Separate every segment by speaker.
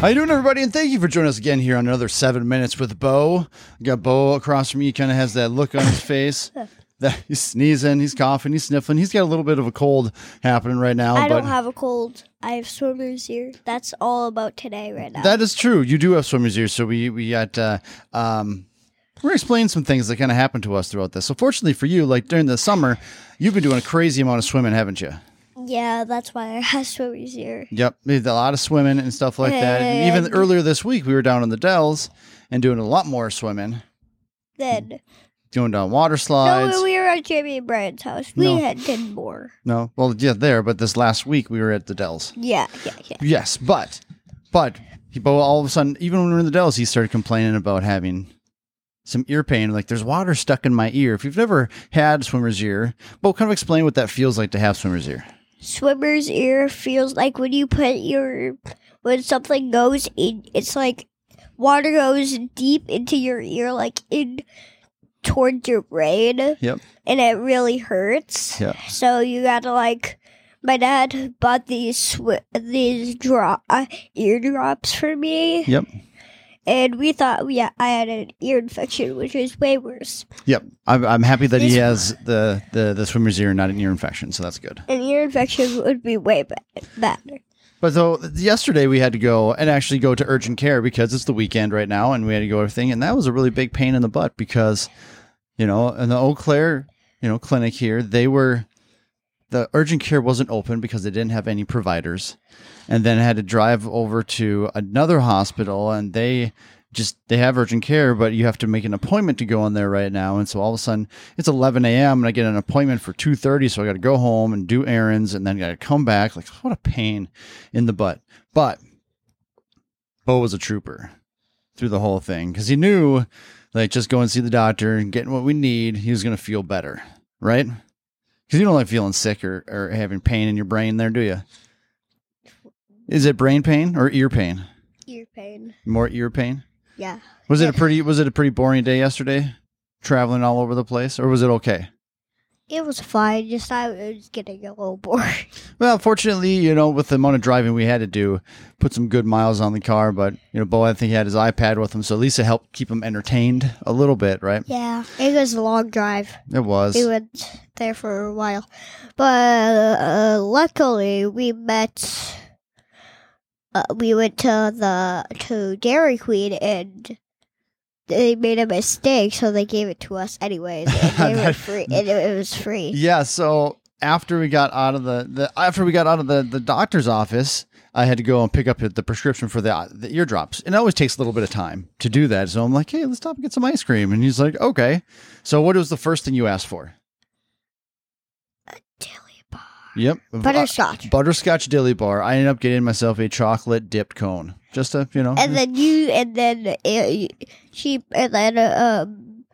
Speaker 1: How you doing, everybody? And thank you for joining us again here on another seven minutes with Bo. I got Bo across from me. He kind of has that look on his face. That he's sneezing, he's coughing, he's sniffling. He's got a little bit of a cold happening right now.
Speaker 2: I
Speaker 1: but
Speaker 2: don't have a cold. I have swimmer's ear. That's all about today right now.
Speaker 1: That is true. You do have swimmer's ears, so we we got uh, um, we're explaining some things that kind of happened to us throughout this. So fortunately for you, like during the summer, you've been doing a crazy amount of swimming, haven't you?
Speaker 2: yeah, that's why I have swimmer's ear.
Speaker 1: Yep, we did a lot of swimming and stuff like that. And even earlier this week, we were down in the Dells and doing a lot more swimming,
Speaker 2: Then
Speaker 1: going down water
Speaker 2: no,
Speaker 1: slides.
Speaker 2: when we were at Jamie and Brian's house, we
Speaker 1: No.
Speaker 2: had ten more.
Speaker 1: no, well, yeah, there, but this last week we were at the Dells.
Speaker 2: Yeah, yeah, yeah.
Speaker 1: Yes, but but he, but all of a sudden, even when we were in the Dells, he started complaining about having some ear pain. Like there's water stuck in my ear. If you've never had swimmer's ear, but kind of explain what that feels like to have swimmer's ear.
Speaker 2: Swimmer's ear feels like when you put your when something goes in. It's like water goes deep into your ear, like in toward your brain.
Speaker 1: Yep.
Speaker 2: and it really hurts.
Speaker 1: Yeah.
Speaker 2: So you gotta like, my dad bought these sw- these drop uh, eardrops for me.
Speaker 1: Yep.
Speaker 2: And we thought, yeah, I had an ear infection, which is way worse.
Speaker 1: Yep. I'm, I'm happy that he
Speaker 2: This-
Speaker 1: has the, the the swimmer's ear, not an ear infection. So that's good.
Speaker 2: An ear infection would be way ba- better.
Speaker 1: But so yesterday we had to go and actually go to urgent care because it's the weekend right now, and we had to go everything, and that was a really big pain in the butt because, you know, in the Eau Claire, you know, clinic here, they were the urgent care wasn't open because they didn't have any providers, and then had to drive over to another hospital, and they just they have urgent care, but you have to make an appointment to go in there right now, and so all of a sudden it's 11 a.m. and I get an appointment for 2:30, so I got to go home and do errands, and then got to come back. Like what a pain in the butt. But Bo was a trooper through the whole thing because he knew, like, just go and see the doctor and getting what we need, he was going to feel better, right? Because you don't like feeling sick or, or having pain in your brain there, do you? Is it brain pain or ear pain?
Speaker 2: Ear pain.
Speaker 1: More ear pain?
Speaker 2: Yeah.
Speaker 1: Was it a pretty was it a pretty boring day yesterday? Traveling all over the place, or was it okay?
Speaker 2: It was fine. Just I was getting a little bored.
Speaker 1: Well, fortunately, you know, with the amount of driving we had to do, put some good miles on the car. But you know, Bo, I think he had his iPad with him, so at least it helped keep him entertained a little bit, right?
Speaker 2: Yeah. It was a long drive.
Speaker 1: It was.
Speaker 2: We went there for a while, but uh, luckily we met. Uh, we went to the to Dairy Queen and they made a mistake, so they gave it to us anyways. And they were
Speaker 1: That-
Speaker 2: free, and it, it was free.
Speaker 1: Yeah. So after we got out of the, the after we got out of the the doctor's office, I had to go and pick up the prescription for the the eardrops, and it always takes a little bit of time to do that. So I'm like, hey, let's stop and get some ice cream, and he's like, okay. So what was the first thing you asked for?
Speaker 2: Dilly bar.
Speaker 1: Yep.
Speaker 2: Butterscotch.
Speaker 1: Butterscotch dilly bar. I ended up getting myself a chocolate dipped cone. Just a you know.
Speaker 2: and then you, and then uh, she, and then uh, um,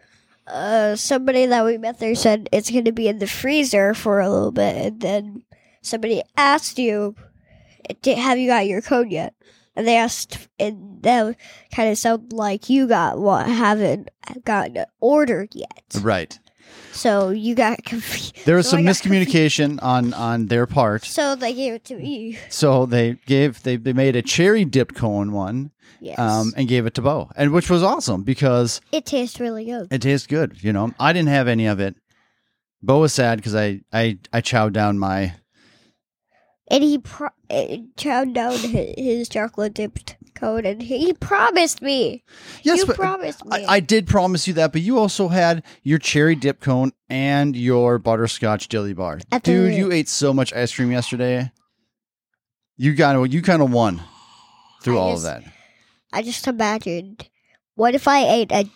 Speaker 2: uh, somebody that we met there said it's going to be in the freezer for a little bit, and then somebody asked you, "Di- "Have you got your code yet?" And they asked, and that kind of sounded like you got what haven't gotten it ordered yet,
Speaker 1: right.
Speaker 2: so you got confused.
Speaker 1: There was
Speaker 2: So I
Speaker 1: some
Speaker 2: got
Speaker 1: miscommunication on on their part.
Speaker 2: So they gave it to me.
Speaker 1: So they gave they, they made a cherry dipped cone one
Speaker 2: Yes,
Speaker 1: um, and gave it to Bo, and which was awesome because
Speaker 2: it tastes really good.
Speaker 1: it tastes good. You know, I didn't have any of it. Bo was sad because I I I chowed down my
Speaker 2: and he pro- uh, chowed down his, his chocolate dipped cone, and he promised me.
Speaker 1: yes,
Speaker 2: you
Speaker 1: but uh,
Speaker 2: promised me.
Speaker 1: I, I did promise you that, but you also had your cherry dip cone and your butterscotch dilly bar.
Speaker 2: I did.
Speaker 1: Dude, you ate so much ice cream yesterday. You got you kind of won through
Speaker 2: I
Speaker 1: all
Speaker 2: just-
Speaker 1: of that.
Speaker 2: I just imagined, what if I ate a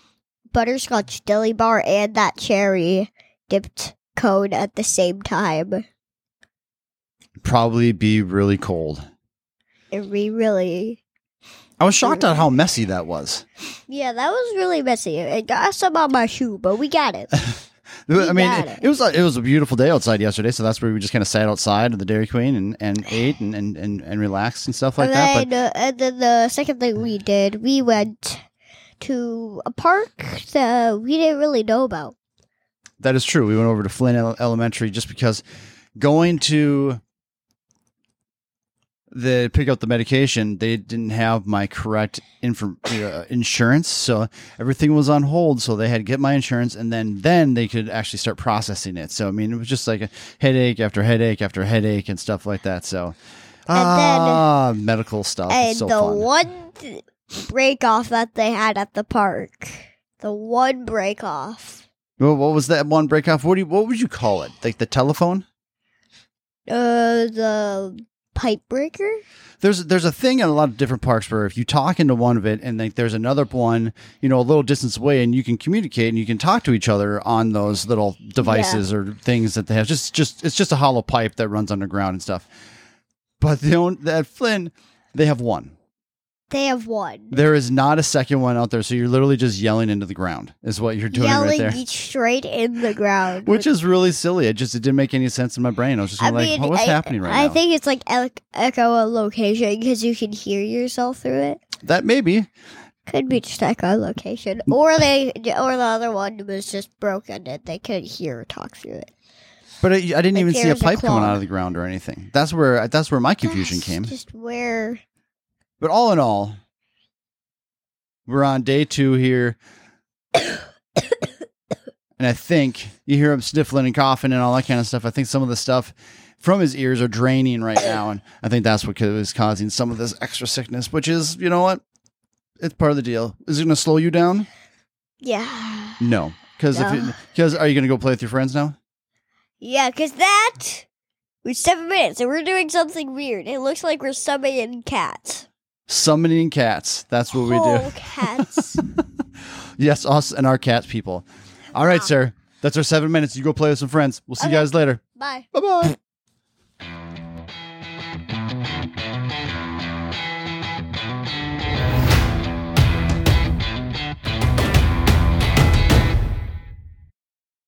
Speaker 2: butterscotch dilly bar and that cherry dipped cone at the same time?
Speaker 1: Probably be really cold.
Speaker 2: And we really,
Speaker 1: I was shocked at how messy that was.
Speaker 2: yeah, that was really messy. It got some on my shoe, but we got it.
Speaker 1: I mean,
Speaker 2: got
Speaker 1: it,
Speaker 2: it.
Speaker 1: it was a, it was a beautiful day outside yesterday, so that's where we just kind of sat outside of the Dairy Queen and, and ate and, and, and, and relaxed and stuff like
Speaker 2: and
Speaker 1: that.
Speaker 2: then,
Speaker 1: But
Speaker 2: uh, and then the second thing we did, we went to a park that we didn't really know about.
Speaker 1: that is true. We went over to Flynn Ele- Elementary just because going to the pick up the medication, they didn't have my correct inform uh, insurance, so everything was on hold. So they had to get my insurance, and then then they could actually start processing it. So I mean, it was just like a headache after headache after headache and stuff like that. So
Speaker 2: And then-
Speaker 1: ah, medical stuff.
Speaker 2: and
Speaker 1: is so
Speaker 2: the
Speaker 1: fun.
Speaker 2: one th- break off that they had at the park. The one break off.
Speaker 1: Well, what was that one break off? What do you, what would you call it? Like the telephone?
Speaker 2: Uh, the pipe breaker?
Speaker 1: There's there's a thing in a lot of different parks where if you talk into one of it and like there's another one, you know, a little distance away and you can communicate and you can talk to each other on those little devices or things that they have. Just just it's just a hollow pipe that runs underground and stuff. But they don't at Flynn, they have one.
Speaker 2: They have one.
Speaker 1: There is not a second one out there, so you're literally just yelling into the ground is what you're doing right
Speaker 2: Yelling
Speaker 1: there.
Speaker 2: each straight in the ground.
Speaker 1: Which is really silly. It just it didn't make any sense in my brain. I was just
Speaker 2: I
Speaker 1: like,
Speaker 2: mean,
Speaker 1: "What- what's
Speaker 2: I,
Speaker 1: happening right
Speaker 2: I
Speaker 1: now?
Speaker 2: think it's like ec- echolocation because you can hear yourself through it.
Speaker 1: that may be.
Speaker 2: Could be just echolocation, or they, or the other one was just broken and they couldn't hear or talk through it.
Speaker 1: But I, I didn't
Speaker 2: Like
Speaker 1: even see a
Speaker 2: there's a
Speaker 1: pipe coming
Speaker 2: claw.
Speaker 1: out of the ground or anything. That's where that's where my confusion
Speaker 2: That's
Speaker 1: came.
Speaker 2: Just where
Speaker 1: But all in all, we're on day two here, and I think you hear him sniffling and coughing and all that kind of stuff. I think some of the stuff from his ears are draining right now, and I think that's what is causing some of this extra sickness. Which is, you know what, it's part of the deal. Is it going to slow you down?
Speaker 2: yeah,
Speaker 1: No, because
Speaker 2: No.
Speaker 1: if because are you going to go play with your friends now?
Speaker 2: yeah, because that was seven minutes, and we're doing something weird. It looks like we're summoning cats.
Speaker 1: Summoning cats. That's what we do.
Speaker 2: Whole cats.
Speaker 1: Yes, us and our cats people. All right, sir. That's our seven minutes. You go play with some friends. We'll see you
Speaker 2: Okay.
Speaker 1: guys later.
Speaker 2: Bye.
Speaker 1: Bye bye.